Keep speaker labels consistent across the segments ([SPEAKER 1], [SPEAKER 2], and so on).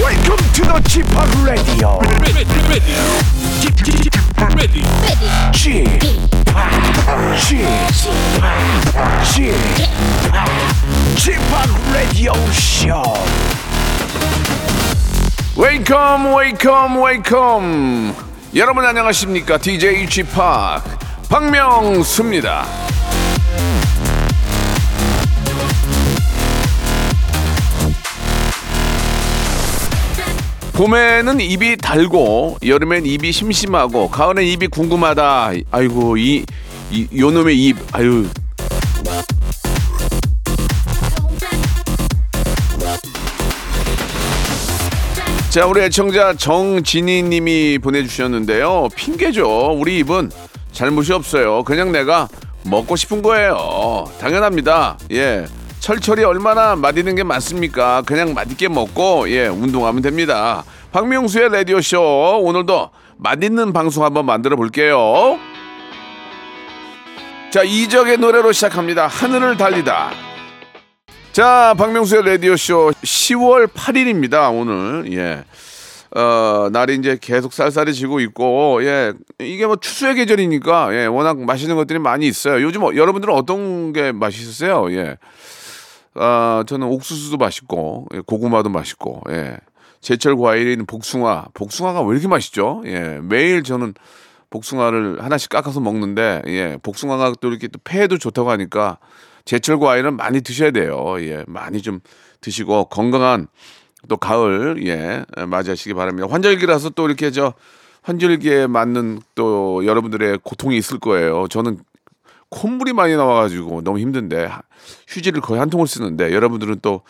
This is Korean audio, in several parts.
[SPEAKER 1] Welcome to the Chip Radio.
[SPEAKER 2] ready, ready, Keep- keep- keep ready.
[SPEAKER 1] Chip, Chip, Chip, Chip Radio Show.
[SPEAKER 3] 웨이컴 웨이컴 웨이컴 여러분 안녕하십니까 DJ 지팍 박명수입니다 봄에는 입이 달고 여름엔 입이 심심하고 가을엔 입이 궁금하다 아이고 이, 이 요놈의 입 아유 자, 우리 애청자 정진희 님이 보내주셨는데요. 핑계죠. 우리 입은 잘못이 없어요. 그냥 내가 먹고 싶은 거예요. 당연합니다. 예. 철철이 얼마나 맛있는 게 많습니까? 그냥 맛있게 먹고, 예, 운동하면 됩니다. 박명수의 라디오쇼. 오늘도 맛있는 방송 한번 만들어 볼게요. 자, 이적의 노래로 시작합니다. 하늘을 달리다. 자, 박명수의 라디오쇼 10월 8일입니다, 오늘. 예. 어, 날이 이제 계속 쌀쌀해지고 있고, 예. 이게 뭐 추수의 계절이니까, 예. 워낙 맛있는 것들이 많이 있어요. 요즘 어- 여러분들은 어떤 게 맛있으세요? 예. 아, 저는 옥수수도 맛있고, 예, 고구마도 맛있고, 예. 제철 과일인 복숭아. 복숭아가 왜 이렇게 맛있죠? 예. 매일 저는 복숭아를 하나씩 깎아서 먹는데, 예. 복숭아가 또 이렇게 또 폐에도 좋다고 하니까, 제철 과일은 많이 드셔야 돼요. 예. 많이 좀 드시고, 건강한 또 가을, 예. 맞이하시기 바랍니다. 환절기라서 또 이렇게 저, 환절기에 맞는 또 여러분들의 고통이 있을 거예요. 저는 콧물이 많이 나와가지고 너무 힘든데 하- 휴지를 거의 한 통을 쓰는데 여러분들은 또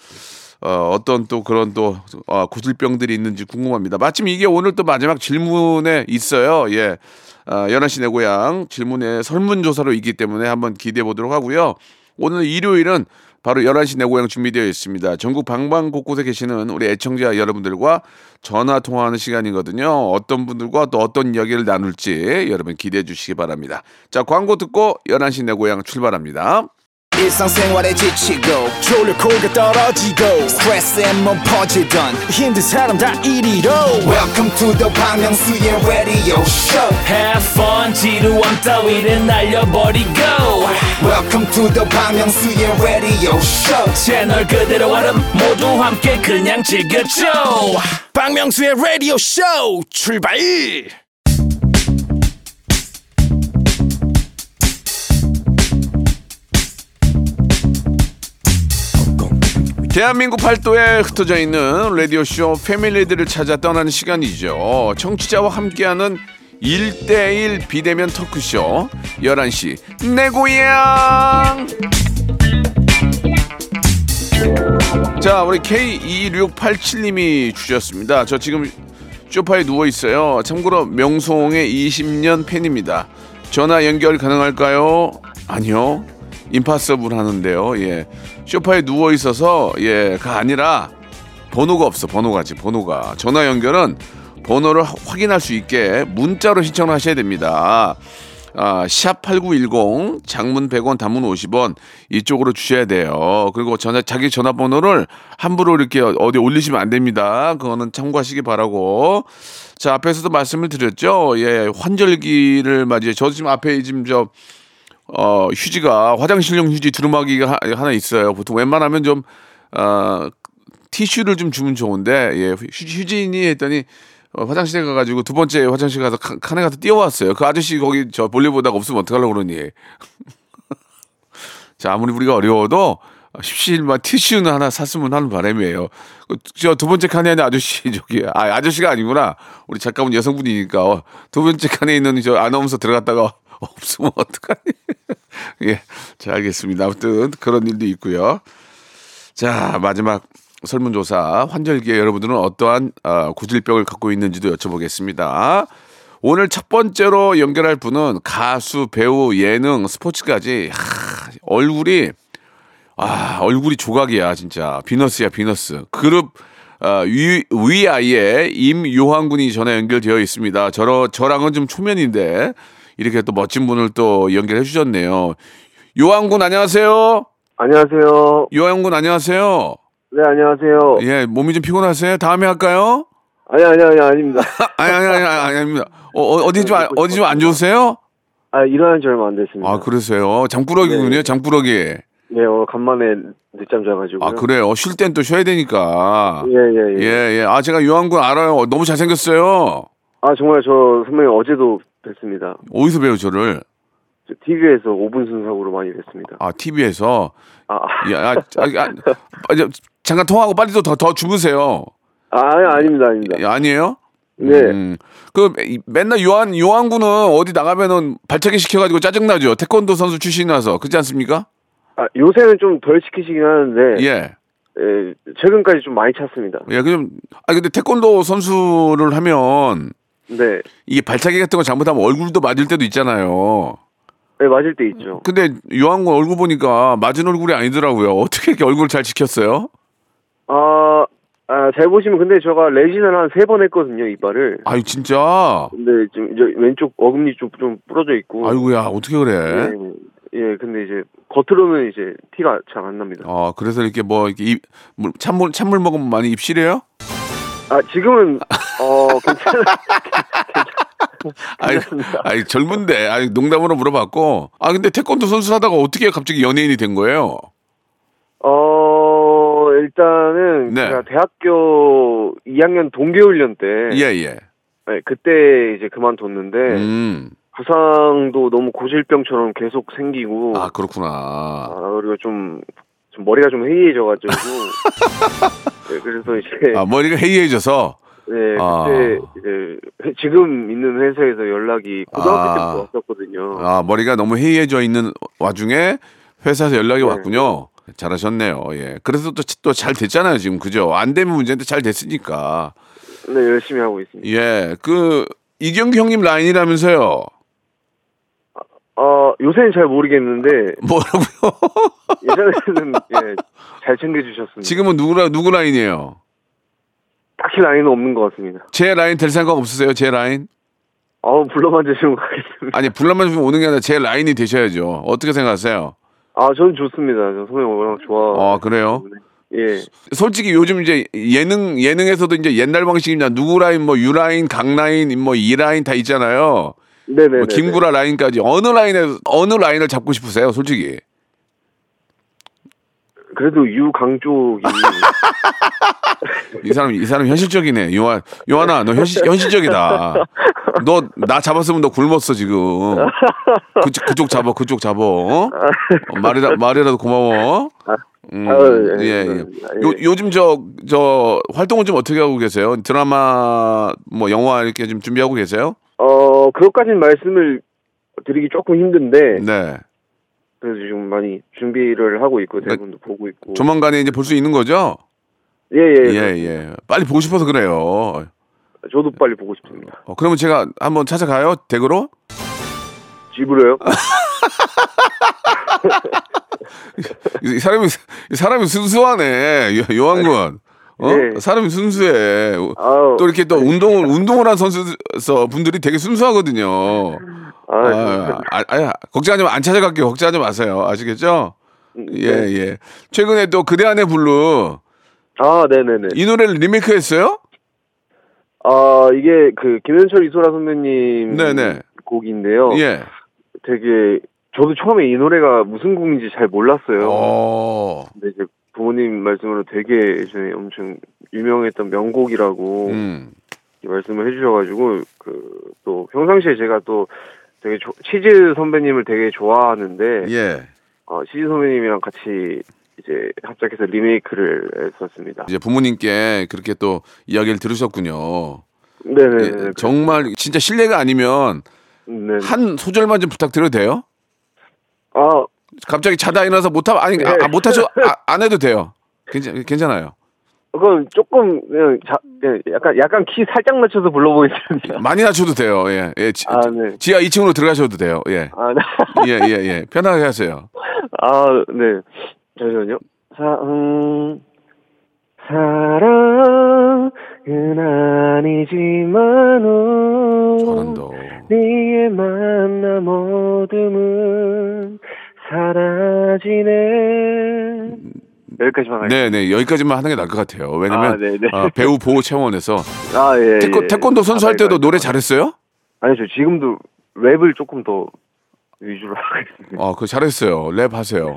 [SPEAKER 3] 어, 떤또 그런 또 어, 고질병들이 있는지 궁금합니다. 마침 이게 오늘 또 마지막 질문에 있어요. 예. 아, 연하 씨내 고향 질문에 설문조사로 있기 때문에 한번 기대해 보도록 하고요. 오늘 일요일은 바로 11시 내 고향 준비되어 있습니다. 전국 방방 곳곳에 계시는 우리 애청자 여러분들과 전화 통화하는 시간이거든요. 어떤 분들과 또 어떤 이야기를 나눌지 여러분 기대해 주시기 바랍니다. 자, 광고 듣고 11시 내 고향 출발합니다.
[SPEAKER 4] 일상생활에 지치고,
[SPEAKER 1] 졸려 코가 떨어지고
[SPEAKER 4] 스트레스에 몸 퍼지던,
[SPEAKER 1] 힘든 사람 다 이리로.
[SPEAKER 4] welcome to the Bang Myung-soo's radio show
[SPEAKER 5] Have fun 지루함 따위를 날려버리고
[SPEAKER 4] welcome to the Bang Myung-soo's radio show
[SPEAKER 5] 채널 그대로 와름 모두 함께 그냥 즐겨줘
[SPEAKER 1] 박명수의 라디오 쇼 출발.
[SPEAKER 3] 대한민국 팔도에 흩어져 있는 라디오쇼 패밀리들을 찾아 떠나는 시간이죠. 청취자와 함께하는 1대1 비대면 토크쇼 11시 내 고향 자 우리 K2687님이 주셨습니다. 저 지금 쇼파에 누워 있어요. 참고로 명송의 20년 팬입니다. 전화 연결 가능할까요? 아니요. 임파서블 하는데요. 예. 쇼파에 누워 있어서 예가 아니라 번호가 없어. 번호가지. 번호가. 전화 연결은 번호를 하- 확인할 수 있게 문자로 신청을 하셔야 됩니다. 아, 샵8910 장문 100원 단문 50원 이쪽으로 주셔야 돼요. 그리고 전화 자기 전화번호를 함부로 이렇게 어디 올리시면 안 됩니다. 그거는 참고하시기 바라고. 자, 앞에서도 말씀을 드렸죠. 예, 환절기를 맞이해 저 지금 앞에 지금 저 어, 휴지가 화장실용 휴지 두루마기가 하- 하나 있어요. 보통 웬만하면 좀 어, 티슈를 좀 주면 좋은데 예, 휴- 휴지니 했더니 어, 화장실에 가가지고 두 번째 화장실 가서 카- 칸에 가서 뛰어왔어요. 그 아저씨 거기 저 볼일 보다가 없으면 어떡하려고 그러니. 자, 아무리 우리가 어려워도 십시일만 티슈는 하나 샀으면 하는 바람이에요. 그, 저 두 번째 칸에 있는 아저씨 저기 아 아저씨가 아니구나. 우리 작가분 여성분이니까 어, 두 번째 칸에 있는 저 아나운서 들어갔다가 없으면 어떡하니. 예, 자 알겠습니다. 아무튼 그런 일도 있고요. 자 마지막 설문조사 환절기에 여러분들은 어떠한 아, 고질병을 갖고 있는지도 여쭤보겠습니다. 오늘 첫 번째로 연결할 분은 가수, 배우, 예능, 스포츠까지 하, 얼굴이 아 얼굴이 조각이야 진짜 비너스야 비너스 그룹 어, 위, 위아이의 임요한 군이 전화 연결되어 있습니다. 저러, 저랑은 좀 초면인데 이렇게 또 멋진 분을 또 연결해 주셨네요. 요한 군 안녕하세요.
[SPEAKER 6] 안녕하세요.
[SPEAKER 3] 요한 군 안녕하세요.
[SPEAKER 6] 네, 안녕하세요.
[SPEAKER 3] 예, 몸이 좀 피곤하세요? 다음에 할까요?
[SPEAKER 6] 아니, 아니, 아니, 아닙니다.
[SPEAKER 3] 아니, 아니, 아니, 아니, 아닙니다. 어, 어, 어디 좀, 안- 어디 좀 안 좋으세요?
[SPEAKER 6] 아, 일어난 지 얼마 안 됐습니다.
[SPEAKER 3] 아, 그러세요. 잠꾸러기군요, 잠꾸러기.
[SPEAKER 6] 네, 오늘 간만에 늦잠 자가지고.
[SPEAKER 3] 아, 그래요. 쉴 땐 또 쉬어야 되니까.
[SPEAKER 6] 예, 예, 예.
[SPEAKER 3] 예, 예. 아, 제가 유한군 알아요. 너무 잘생겼어요.
[SPEAKER 6] 아, 정말 저 선배님 어제도 뵀습니다.
[SPEAKER 3] 어디서 배우 저를?
[SPEAKER 6] 저 TV에서 5분 순삭으로 많이 뵀습니다.
[SPEAKER 3] 아, TV에서.
[SPEAKER 6] 아, 아,
[SPEAKER 3] 야, 아, 아, 아, 아, 이제 잠깐 통화하고 빨리 또 더, 더 주무세요.
[SPEAKER 6] 아, 아닙니다, 아닙니다.
[SPEAKER 3] 예, 아니에요?
[SPEAKER 6] 네.
[SPEAKER 3] 음. 그 매- 맨날 요한 요한군은 어디 나가면은 발차기 시켜가지고 짜증 나죠. 태권도 선수 출신이라서 그렇지 않습니까?
[SPEAKER 6] 아, 요새는 좀 덜 시키시긴 하는데,
[SPEAKER 3] 예.
[SPEAKER 6] 예, 최근까지 좀 많이 찼습니다.
[SPEAKER 3] 예, 그좀 아, 근데 태권도 선수를 하면
[SPEAKER 6] 네.
[SPEAKER 3] 이게 발차기 같은 거 잘못하면 얼굴도 맞을 때도 있잖아요.
[SPEAKER 6] 네, 맞을 때 있죠.
[SPEAKER 3] 근데 요한군 얼굴 보니까 맞은 얼굴이 아니더라고요. 어떻게 이렇게 얼굴 잘 지켰어요?
[SPEAKER 6] 아, 아, 잘 보시면 근데 제가 레진을 한 세 번 했거든요, 이빨을.
[SPEAKER 3] 아유 진짜.
[SPEAKER 6] 근데 지금 이제 왼쪽 어금니 쪽 좀 부러져 있고.
[SPEAKER 3] 아이고야 어떻게 그래?
[SPEAKER 6] 예, 예, 근데 이제 겉으로는 이제 티가 잘 안 납니다.
[SPEAKER 3] 어 그래서 이렇게 뭐 이렇게 입, 물- 찬물 찬물 먹으면 많이 입실해요?
[SPEAKER 6] 아 지금은 어 괜찮아.
[SPEAKER 3] 아이,
[SPEAKER 6] 괜찮습니다.
[SPEAKER 3] 아이 젊은데, 아이 농담으로 물어봤고, 아 근데 태권도 선수 하다가 어떻게 갑자기 연예인이 된 거예요?
[SPEAKER 6] 어 일단은
[SPEAKER 3] 네.
[SPEAKER 6] 제가 대학교 2학년 동계훈련 때
[SPEAKER 3] 예예.
[SPEAKER 6] 네, 그때 이제 그만뒀는데
[SPEAKER 3] 음,
[SPEAKER 6] 부상도 너무 고질병처럼 계속 생기고
[SPEAKER 3] 아
[SPEAKER 6] 아,
[SPEAKER 3] 그렇구나.
[SPEAKER 6] 그리고 좀, 좀 머리가 좀 해이해져가지고 네, 그래서 이제
[SPEAKER 3] 아 머리가 해이해져서,
[SPEAKER 6] 네,
[SPEAKER 3] 아.
[SPEAKER 6] 그때 이제 회- 지금 있는 회사에서 연락이 고등학교
[SPEAKER 3] 아.
[SPEAKER 6] 때부터 왔었거든요.
[SPEAKER 3] 아 머리가 너무 해이해져 있는 와중에 회사에서 연락이 왔군요. 잘하셨네요. 예. 그래서 또또 잘 됐잖아요 지금 그죠? 안 되면 문제인데 잘 됐으니까.
[SPEAKER 6] 네, 열심히 하고 있습니다.
[SPEAKER 3] 예. 그 이경규 형님 라인이라면서요.
[SPEAKER 6] 어, 요새는 잘 모르겠는데,
[SPEAKER 3] 뭐라고요?
[SPEAKER 6] 예전에는 예, 잘 챙겨주셨습니다.
[SPEAKER 3] 지금은 누구라 누구 라인이에요?
[SPEAKER 6] 딱히 라인은 없는 것 같습니다.
[SPEAKER 3] 제 라인 될 생각 없으세요? 제 라인?
[SPEAKER 6] 아우, 불러만 주시면 가겠습니다.
[SPEAKER 3] 아니 불러만 주면 오는 게 아니라 제 라인이 되셔야죠. 어떻게 생각하세요?
[SPEAKER 6] 아, 저는 좋습니다. 저 선배님 워낙 좋아.
[SPEAKER 3] 아뭐 그래요?
[SPEAKER 6] 예.
[SPEAKER 3] 솔직히 요즘 이제 예능 예능에서도 이제 옛날 방식이냐 누구 라인 뭐 유 라인 강 라인 뭐이 라인 다 있잖아요.
[SPEAKER 6] 네네.
[SPEAKER 3] 뭐 김구라 라인까지 어느 라인에 어느 라인을 잡고 싶으세요? 솔직히
[SPEAKER 6] 그래도 유강 쪽이.
[SPEAKER 3] 이 사람 이 사람 현실적이네. 요한 요한아 너 현실 현실적이다. 너 나 잡았으면 너 굶었어 지금. 그, 그쪽 잡아 그쪽 잡아. 어? 어, 말이라 말이라도 고마워. 음,
[SPEAKER 6] 아유,
[SPEAKER 3] 예,
[SPEAKER 6] 예,
[SPEAKER 3] 예.
[SPEAKER 6] 예.
[SPEAKER 3] 요, 요즘 저, 저, 활동은 좀 어떻게 하고 계세요? 드라마, 뭐, 영화 이렇게 좀 준비하고 계세요?
[SPEAKER 6] 어, 그것까지는 말씀을 드리기 조금 힘든데,
[SPEAKER 3] 네.
[SPEAKER 6] 그래서 지금 많이 준비를 하고 있고, 대본도 보고 있고.
[SPEAKER 3] 조만간에 이제 볼 수 있는 거죠?
[SPEAKER 6] 예, 예,
[SPEAKER 3] 예, 예. 빨리 보고 싶어서 그래요.
[SPEAKER 6] 저도 빨리 보고 싶습니다.
[SPEAKER 3] 어, 그러면 제가 한번 찾아가요? 댁으로?
[SPEAKER 6] 집으로요?
[SPEAKER 3] 아, 이 사람이, 이 사람이 순수하네. 요- 요한군. 어?
[SPEAKER 6] 예.
[SPEAKER 3] 사람이 순수해.
[SPEAKER 6] 아우.
[SPEAKER 3] 또 이렇게 또 운동을, 운동을 한 선수, 서 분들이 되게 순수하거든요.
[SPEAKER 6] 아,
[SPEAKER 3] 아, 아, 아, 걱정하지 마. 안 찾아갈게요. 걱정하지 마세요. 아시겠죠?
[SPEAKER 6] 네.
[SPEAKER 3] 예, 예. 최근에 또 그대 안의 블루
[SPEAKER 6] 아, 네네네.
[SPEAKER 3] 이 노래를 리메이크 했어요?
[SPEAKER 6] 아 이게 그 김현철 이소라 선배님
[SPEAKER 3] 네네.
[SPEAKER 6] 곡인데요.
[SPEAKER 3] 예.
[SPEAKER 6] 되게 저도 처음에 이 노래가 무슨 곡인지 잘 몰랐어요.
[SPEAKER 3] 어.
[SPEAKER 6] 근데 이제 부모님 말씀으로 되게 예전에 엄청 유명했던 명곡이라고
[SPEAKER 3] 음.
[SPEAKER 6] 이렇게 말씀을 해주셔가지고 그 또 평상시에 제가 또 되게 조- 치즈 선배님을 되게 좋아하는데
[SPEAKER 3] 예.
[SPEAKER 6] 어, 치즈 선배님이랑 같이 이제 합작해서 리메이크를 했었습니다.
[SPEAKER 3] 이제 부모님께 그렇게 또 이야기를 들으셨군요.
[SPEAKER 6] 네네네.
[SPEAKER 3] 예, 정말 진짜 실례가 아니면
[SPEAKER 6] 네.
[SPEAKER 3] 한 소절만 좀 부탁드려도 돼요?
[SPEAKER 6] 아
[SPEAKER 3] 갑자기 자다 일어나서 못 하, 아니 아,
[SPEAKER 6] 네.
[SPEAKER 3] 아, 못 하셔 아, 안 해도 돼요. 괜찮 괜찮아요.
[SPEAKER 6] 그건 조금 그냥 자, 그냥 약간 약간 키 살짝 낮춰서 불러보겠습니다.
[SPEAKER 3] 많이 낮춰도 돼요. 예. 예. 지,
[SPEAKER 6] 아, 네.
[SPEAKER 3] 지하 2층으로 들어가셔도 돼요. 예.
[SPEAKER 6] 아, 네.
[SPEAKER 3] 예, 예, 예. 편하게 하세요.
[SPEAKER 6] 아, 네. 잠시만요. 사, 음, 사랑은 아니지만, 오,
[SPEAKER 3] 잘한다.
[SPEAKER 6] 네의 만남 어둠은 사라지네. 여기까지만
[SPEAKER 3] 음.
[SPEAKER 6] 할게요.
[SPEAKER 3] 네네 여기까지만 하는 게 나을 것 같아요. 왜냐면
[SPEAKER 6] 아, 네네.
[SPEAKER 3] 어, 배우 보호 차원에서
[SPEAKER 6] 아, 예. 예.
[SPEAKER 3] 태권, 도 선수 할
[SPEAKER 6] 아, 이거,
[SPEAKER 3] 때도
[SPEAKER 6] 이거.
[SPEAKER 3] 노래 잘했어요?
[SPEAKER 6] 아니, 저 지금도 랩을 조금 더 위주로 하고 있습니다.
[SPEAKER 3] 어, 그 잘했어요. 랩 하세요.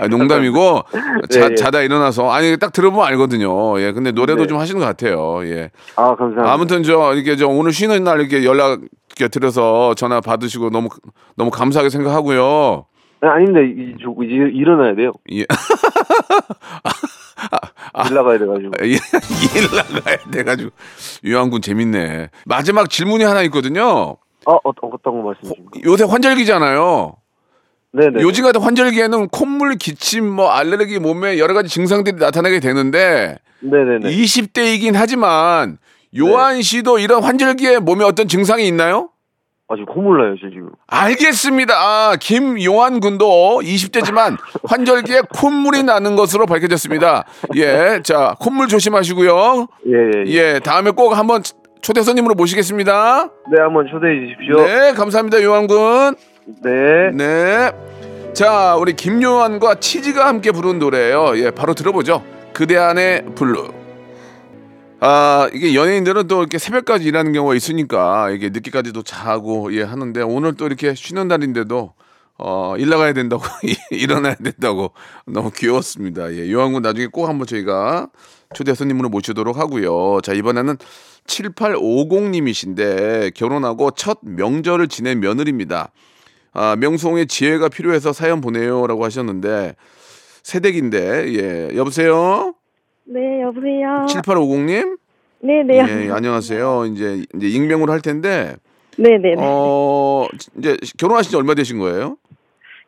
[SPEAKER 3] 아, 농담이고 자,
[SPEAKER 6] 예, 예.
[SPEAKER 3] 자다 일어나서 아니 딱 들어보면 알거든요. 예, 근데 노래도
[SPEAKER 6] 네.
[SPEAKER 3] 좀 하시는 것 같아요. 예.
[SPEAKER 6] 아, 감사합니다.
[SPEAKER 3] 아무튼 저 이렇게 저 오늘 쉬는 날 이렇게 연락 이렇게 드려서 전화 받으시고 너무 너무 감사하게 생각하고요.
[SPEAKER 6] 아, 아닙니다. 이, 저, 이제 일어나야 돼요.
[SPEAKER 3] 예.
[SPEAKER 6] 일 나가야 돼가지고.
[SPEAKER 3] 예, 일 나가야 돼가지고 유한군 재밌네. 마지막 질문이 하나 있거든요.
[SPEAKER 6] 아, 어, 어떤 거 말씀이십니까?
[SPEAKER 3] 요새 환절기잖아요.
[SPEAKER 6] 네네.
[SPEAKER 3] 요즘 같은 환절기에는 콧물, 기침, 뭐 알레르기, 몸에 여러 가지 증상들이 나타나게 되는데
[SPEAKER 6] 네네네.
[SPEAKER 3] 20대이긴 하지만 요한 씨도 이런 환절기에 몸에 어떤 증상이 있나요?
[SPEAKER 6] 아, 지금 콧물 나요, 저 지금.
[SPEAKER 3] 알겠습니다. 아, 김용환 군도 20대지만 환절기에 콧물이 나는 것으로 밝혀졌습니다. 예, 자, 콧물 조심하시고요.
[SPEAKER 6] 예, 예. 예.
[SPEAKER 3] 예, 다음에 꼭 한번 초대 손님으로 모시겠습니다.
[SPEAKER 6] 네, 한번 초대해 주십시오.
[SPEAKER 3] 네, 감사합니다, 용환 군.
[SPEAKER 6] 네.
[SPEAKER 3] 네. 자, 우리 김요한과 치즈가 함께 부른 노래예요. 예, 바로 들어보죠. 그대 안의 블루. 아, 이게 연예인들은 또 이렇게 새벽까지 일하는 경우가 있으니까 이게 늦게까지도 자고 예 하는데 오늘 또 이렇게 쉬는 날인데도 어, 일 나가야 된다고 일어나야 된다고 너무 귀여웠습니다. 예, 요한군 나중에 꼭 한번 저희가 초대 손님으로 모시도록 하고요. 자, 이번에는 7850님이신데 결혼하고 첫 명절을 지낸 며느리입니다. 아, 명수홍의 지혜가 필요해서 사연 보내요라고 하셨는데 새댁인데 예 여보세요
[SPEAKER 7] 네, 여보세요.
[SPEAKER 3] 7850님
[SPEAKER 7] 네, 네.
[SPEAKER 3] 예 안녕하세요 이제 이제 익명으로 할 텐데
[SPEAKER 7] 네, 네. 네.
[SPEAKER 3] 어 이제 결혼하신 지 얼마 되신 거예요?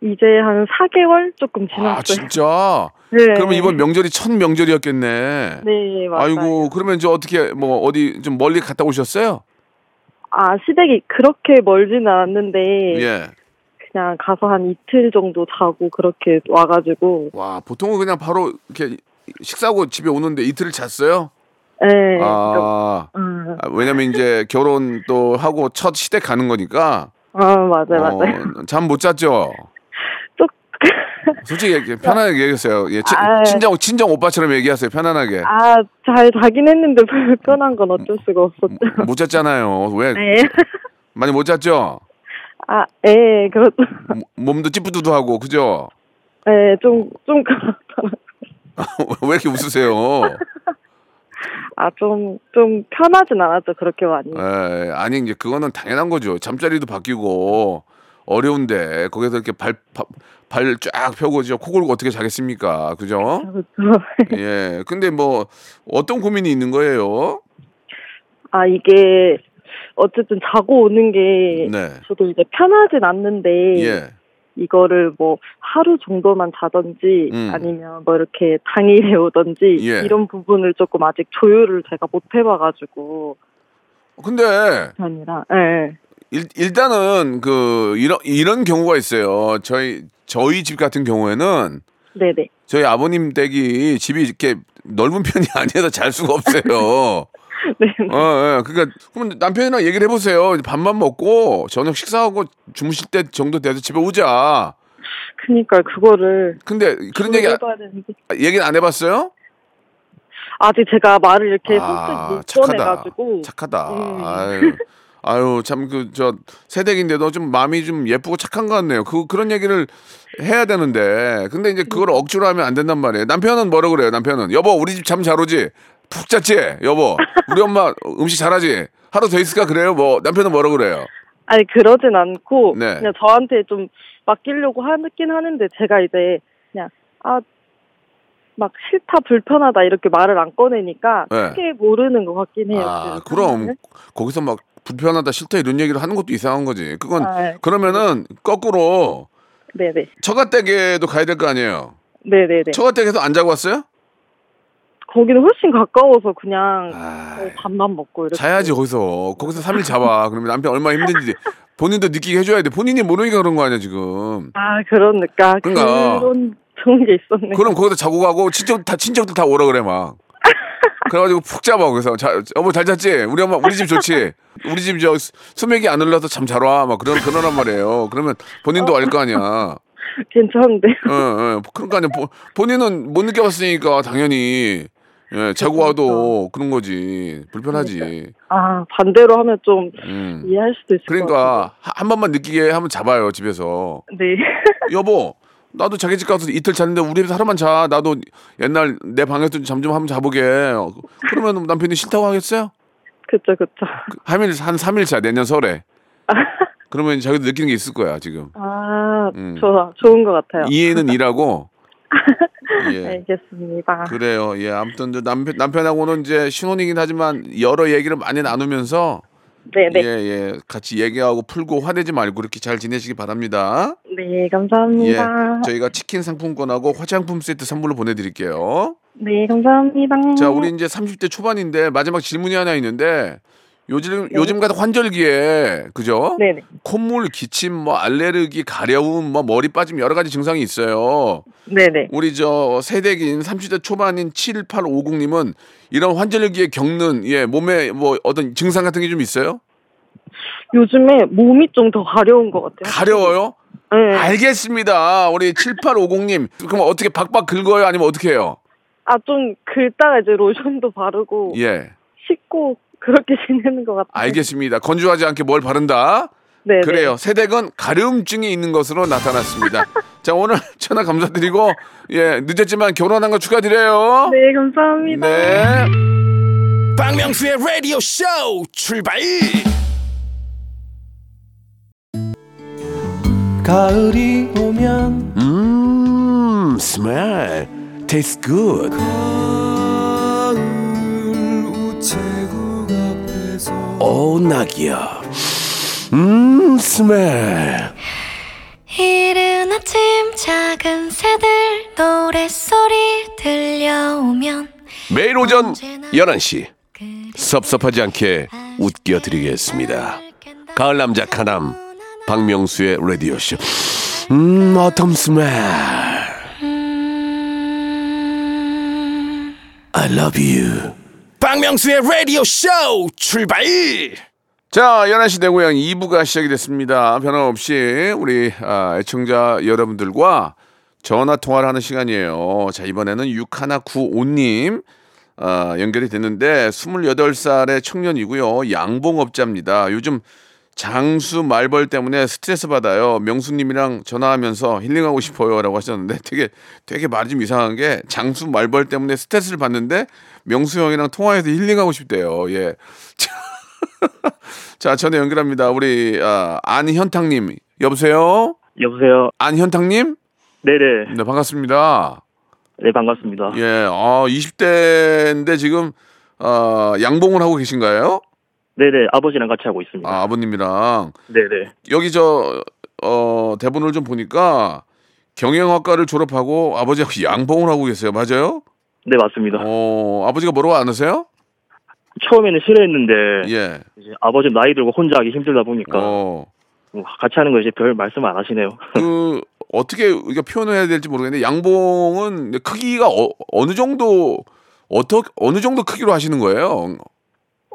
[SPEAKER 7] 이제 한 4개월 조금 지났어요.
[SPEAKER 3] 아 진짜
[SPEAKER 7] 네.
[SPEAKER 3] 그러면 이번 명절이 첫 명절이었겠네.
[SPEAKER 7] 네, 맞아요.
[SPEAKER 3] 아이고 그러면 이제 어떻게 뭐 어디 좀 멀리 갔다 오셨어요?
[SPEAKER 7] 아, 시댁이 그렇게 멀지는 않았는데
[SPEAKER 3] 예.
[SPEAKER 7] 그냥 가서 한 이틀 정도 자고 그렇게 와 가지고
[SPEAKER 3] 와 보통은 그냥 바로 이렇게 식사하고 집에 오는데 이틀을 잤어요?
[SPEAKER 7] 예. 그러니까,
[SPEAKER 3] 아.
[SPEAKER 7] 음,
[SPEAKER 3] 아, 왜냐면 이제 결혼 또 하고 첫 시댁 가는 거니까
[SPEAKER 7] 아, 맞아요,
[SPEAKER 3] 어.
[SPEAKER 7] 맞아요.
[SPEAKER 3] 잠 못 잤죠.
[SPEAKER 7] 쪽
[SPEAKER 3] 솔직히 얘기- 편안하게 얘기했어요. 예, 치-
[SPEAKER 7] 아.
[SPEAKER 3] 친정 친정 오빠처럼 얘기하세요. 편안하게.
[SPEAKER 7] 아, 잘 자긴 했는데
[SPEAKER 3] 음.
[SPEAKER 7] 불편한 건 어쩔 수가 없었죠.
[SPEAKER 3] 못 잤잖아요. 왜
[SPEAKER 7] 네.
[SPEAKER 3] 많이 못 잤죠?
[SPEAKER 7] 아, 예, 그렇
[SPEAKER 3] 몸- 몸도 찌뿌두두하고 그죠?
[SPEAKER 7] 예, 좀좀 그렇더라고요.
[SPEAKER 3] 왜 이렇게 웃으세요?
[SPEAKER 7] 아, 좀, 좀 편하진 않았죠, 그렇게 많이.
[SPEAKER 3] 예, 아니 이제 그거는 당연한 거죠. 잠자리도 바뀌고 어려운데 거기서 이렇게 발발 쫙 펴고 저 코 골고 어떻게 자겠습니까? 그죠? 예. 근데 뭐 어떤 고민이 있는 거예요?
[SPEAKER 7] 아, 이게, 어쨌든 자고 오는 게,
[SPEAKER 3] 네.
[SPEAKER 7] 저도 이제 편하진 않는데,
[SPEAKER 3] 예.
[SPEAKER 7] 이거를 뭐, 하루 정도만 자든지,
[SPEAKER 3] 음.
[SPEAKER 7] 아니면 뭐, 이렇게 당일에 오든지,
[SPEAKER 3] 예.
[SPEAKER 7] 이런 부분을 조금 아직 조율을 제가 못 해봐가지고,
[SPEAKER 3] 근데
[SPEAKER 7] 아니라, 예.
[SPEAKER 3] 일, 일단은 그 이런 이런 경우가 있어요. 저희 저희 집 같은 경우에는
[SPEAKER 7] 네네.
[SPEAKER 3] 저희 아버님 댁이 집이 이렇게 넓은 편이 아니어서 잘 수가 없어요.
[SPEAKER 7] 네.
[SPEAKER 3] 어, 예. 그러니까 그럼 남편이랑 얘기를 해보세요. 이제 밥만 먹고 저녁 식사하고 주무실 때 정도 돼서 집에 오자.
[SPEAKER 7] 그러니까 그니까, 그거를.
[SPEAKER 3] 근데 그런 얘기 아-
[SPEAKER 7] 조율해봐야 되는데.
[SPEAKER 3] 얘기는 안 해봤어요?
[SPEAKER 7] 아직 제가 말을 이렇게
[SPEAKER 3] 아,
[SPEAKER 7] 손뜻 못 꺼내가지고,
[SPEAKER 3] 착하다.
[SPEAKER 7] 음.
[SPEAKER 3] 아유, 아유 참 그 저 새댁인데도 좀 마음이 좀 예쁘고 착한 것 같네요. 그 그런 얘기를 해야 되는데 근데 이제 그걸
[SPEAKER 7] 음.
[SPEAKER 3] 억지로 하면 안 된단 말이에요. 남편은 뭐라 그래요? 남편은 여보 우리 집 잠 잘 오지? 푹 잤지? 여보 우리 엄마 음식 잘하지? 하루 더 있을까 그래요? 뭐 남편은 뭐라 그래요?
[SPEAKER 7] 아니 그러진 않고
[SPEAKER 3] 네.
[SPEAKER 7] 그냥 저한테 좀 맡기려고 하긴 하는데 제가 이제 그냥 아 막 싫다 불편하다 이렇게 말을 안 꺼내니까
[SPEAKER 3] 네.
[SPEAKER 7] 크게 모르는 것 같긴 해요.
[SPEAKER 3] 아
[SPEAKER 7] 그
[SPEAKER 3] 그럼
[SPEAKER 7] 상황을.
[SPEAKER 3] 거기서 막 불편하다 싫다 이런 얘기를 하는 것도 이상한 거지. 그건
[SPEAKER 7] 아,
[SPEAKER 3] 그러면은 거꾸로
[SPEAKER 7] 네네
[SPEAKER 3] 처가댁에도 가야 될 거 아니에요?
[SPEAKER 7] 네네네
[SPEAKER 3] 처가댁에서 안 자고 왔어요?
[SPEAKER 7] 거기는 훨씬 가까워서 그냥
[SPEAKER 3] 아,
[SPEAKER 7] 거의 밥만 먹고 이렇게
[SPEAKER 3] 자야지 거기서 거기서 3일 잡아 그러면 남편 얼마나 힘든지 본인도 느끼게 해줘야 돼 본인이 모르니까 그런 거 아니야 지금
[SPEAKER 7] 아 그러니까
[SPEAKER 3] 그러니까.
[SPEAKER 7] 그런 좋은 게 있었네.
[SPEAKER 3] 그럼 거기서 자고 가고 친척 다 친척들 다 오라 그래 막 그래가지고 푹 잡아 거기서 자 여보 잘 잤지 우리 엄마 우리 집 좋지 우리 집 저 수맥이 안 흘러서 잠 잘 와 막 그런 그러란 말이에요 그러면 본인도 알 거 아니야
[SPEAKER 8] 괜찮은데요.
[SPEAKER 3] 예, 예. 그러니까 아니, 보- 본인은 못 느껴봤으니까 당연히 예, 자고 와도 그런 거지 불편하지.
[SPEAKER 8] 아 반대로 하면 좀
[SPEAKER 3] 음.
[SPEAKER 8] 이해할 수도 있을 것 같아요.
[SPEAKER 3] 그러니까. 그러니까 하- 한 번만 느끼게 한번 잡아요 집에서.
[SPEAKER 8] 네.
[SPEAKER 3] 여보, 나도 자기 집 가서 이틀 잤는데 우리 집에서 하루만 자. 나도 옛날 내 방에서 잠 좀 한번 자보게. 그러면 남편이 싫다고 하겠어요?
[SPEAKER 8] 그쵸 그쵸.
[SPEAKER 3] 한일 한 3일 차 내년 설에. 그러면 자기도 느끼는 게 있을 거야 지금.
[SPEAKER 8] 아
[SPEAKER 3] 음.
[SPEAKER 8] 좋아 좋은 것 같아요.
[SPEAKER 3] 이해는 일하고.
[SPEAKER 8] 네.
[SPEAKER 3] 예.
[SPEAKER 8] 알겠습니다.
[SPEAKER 3] 그래요. 예. 아무튼 저 남편 남편하고는 이제 신혼이긴 하지만 여러 얘기를 많이 나누면서
[SPEAKER 8] 네네.
[SPEAKER 3] 예, 예. 같이 얘기하고 풀고 화내지 말고 그렇게 잘 지내시기 바랍니다.
[SPEAKER 8] 네
[SPEAKER 3] 예.
[SPEAKER 8] 감사합니다.
[SPEAKER 3] 저희가 치킨 상품권하고 화장품 세트 선물로 보내 드릴게요.
[SPEAKER 8] 네 감사합니다.
[SPEAKER 3] 자, 우리 이제 30대 초반인데 마지막 질문이 하나 있는데 요즘 요즘 같은 환절기에 그죠?
[SPEAKER 8] 네. 네네.
[SPEAKER 3] 콧물, 기침, 뭐 알레르기, 가려움, 뭐 머리 빠짐 여러 가지 증상이 있어요.
[SPEAKER 8] 네네.
[SPEAKER 3] 우리 저 세대긴 30대 초반인 7850님은 이런 환절기에 겪는 예 몸에 뭐 어떤 증상 같은 게 좀 있어요?
[SPEAKER 8] 요즘에 몸이 좀 더 가려운 것 같아요.
[SPEAKER 3] 가려워요?
[SPEAKER 8] 네.
[SPEAKER 3] 알겠습니다. 우리 7850님 그럼 어떻게 박박 긁어요? 아니면 어떻게 해요?
[SPEAKER 8] 아좀 긁다가 이제 로션도 바르고
[SPEAKER 3] 예
[SPEAKER 8] 씻고 그렇게 지내는 것 같아요.
[SPEAKER 3] 알겠습니다. 건조하지 않게 뭘 바른다.
[SPEAKER 8] 네네.
[SPEAKER 3] 그래요. 세댁은 가려움증이 있는 것으로 나타났습니다. 자 오늘 전화 감사드리고 예 늦었지만 결혼한 거 축하드려요.
[SPEAKER 8] 네 감사합니다.
[SPEAKER 3] 네.
[SPEAKER 1] 박명수의 라디오 쇼 출발
[SPEAKER 5] 가을이 오면
[SPEAKER 1] 음 스멜 테이스 굿 어우 나기야 음 스멜
[SPEAKER 9] 이른 아침 작은 새들 노랫소리 들려오면
[SPEAKER 1] 매일 오전 11시 섭섭하지 않게 웃겨드리겠습니다 가을 남자 카남 박명수의 라디오 쇼 음, 어텀 스멜
[SPEAKER 9] 음,
[SPEAKER 1] I love you 박명수의 라디오 쇼 출발
[SPEAKER 3] 자, 11시 내 고향 2부가 시작이 됐습니다. 변함없이 우리 아, 애청자 여러분들과 전화 통화를 하는 시간이에요. 자, 이번에는 6195님 아, 연결이 됐는데 28살의 청년이고요. 양봉업자입니다. 요즘 장수 말벌 때문에 스트레스 받아요. 명수님이랑 전화하면서 힐링하고 싶어요라고 하셨는데 되게 되게 말이 좀 이상한 게 장수 말벌 때문에 스트레스를 받는데 명수 형이랑 통화해서 힐링하고 싶대요. 예. 자, 전에 연결합니다. 우리 아, 안현탁님 여보세요.
[SPEAKER 10] 여보세요.
[SPEAKER 3] 안현탁님,
[SPEAKER 10] 네네.
[SPEAKER 3] 네 반갑습니다.
[SPEAKER 10] 네 반갑습니다.
[SPEAKER 3] 예, 아 20대인데 지금 아, 양봉을 하고 계신가요?
[SPEAKER 10] 네네 아버지랑 같이 하고 있습니다.
[SPEAKER 3] 아, 아버님이랑
[SPEAKER 10] 네네.
[SPEAKER 3] 여기 저 어, 대본을 좀 보니까 경영학과를 졸업하고 아버지 역시 양봉을 하고 계세요. 맞아요?
[SPEAKER 10] 네 맞습니다.
[SPEAKER 3] 어, 아버지가 뭐라고 안 하세요?
[SPEAKER 10] 처음에는 싫어했는데
[SPEAKER 3] 예.
[SPEAKER 10] 이제 아버지 나이 들고 혼자 하기 힘들다 보니까
[SPEAKER 3] 어,
[SPEAKER 10] 뭐 같이 하는 거 이제 별 말씀 안 하시네요.
[SPEAKER 3] 그 어떻게 우리가 표현을 해야 될지 모르겠는데 양봉은 크기가 어, 어느 정도 어떻게 어느 정도 크기로 하시는 거예요?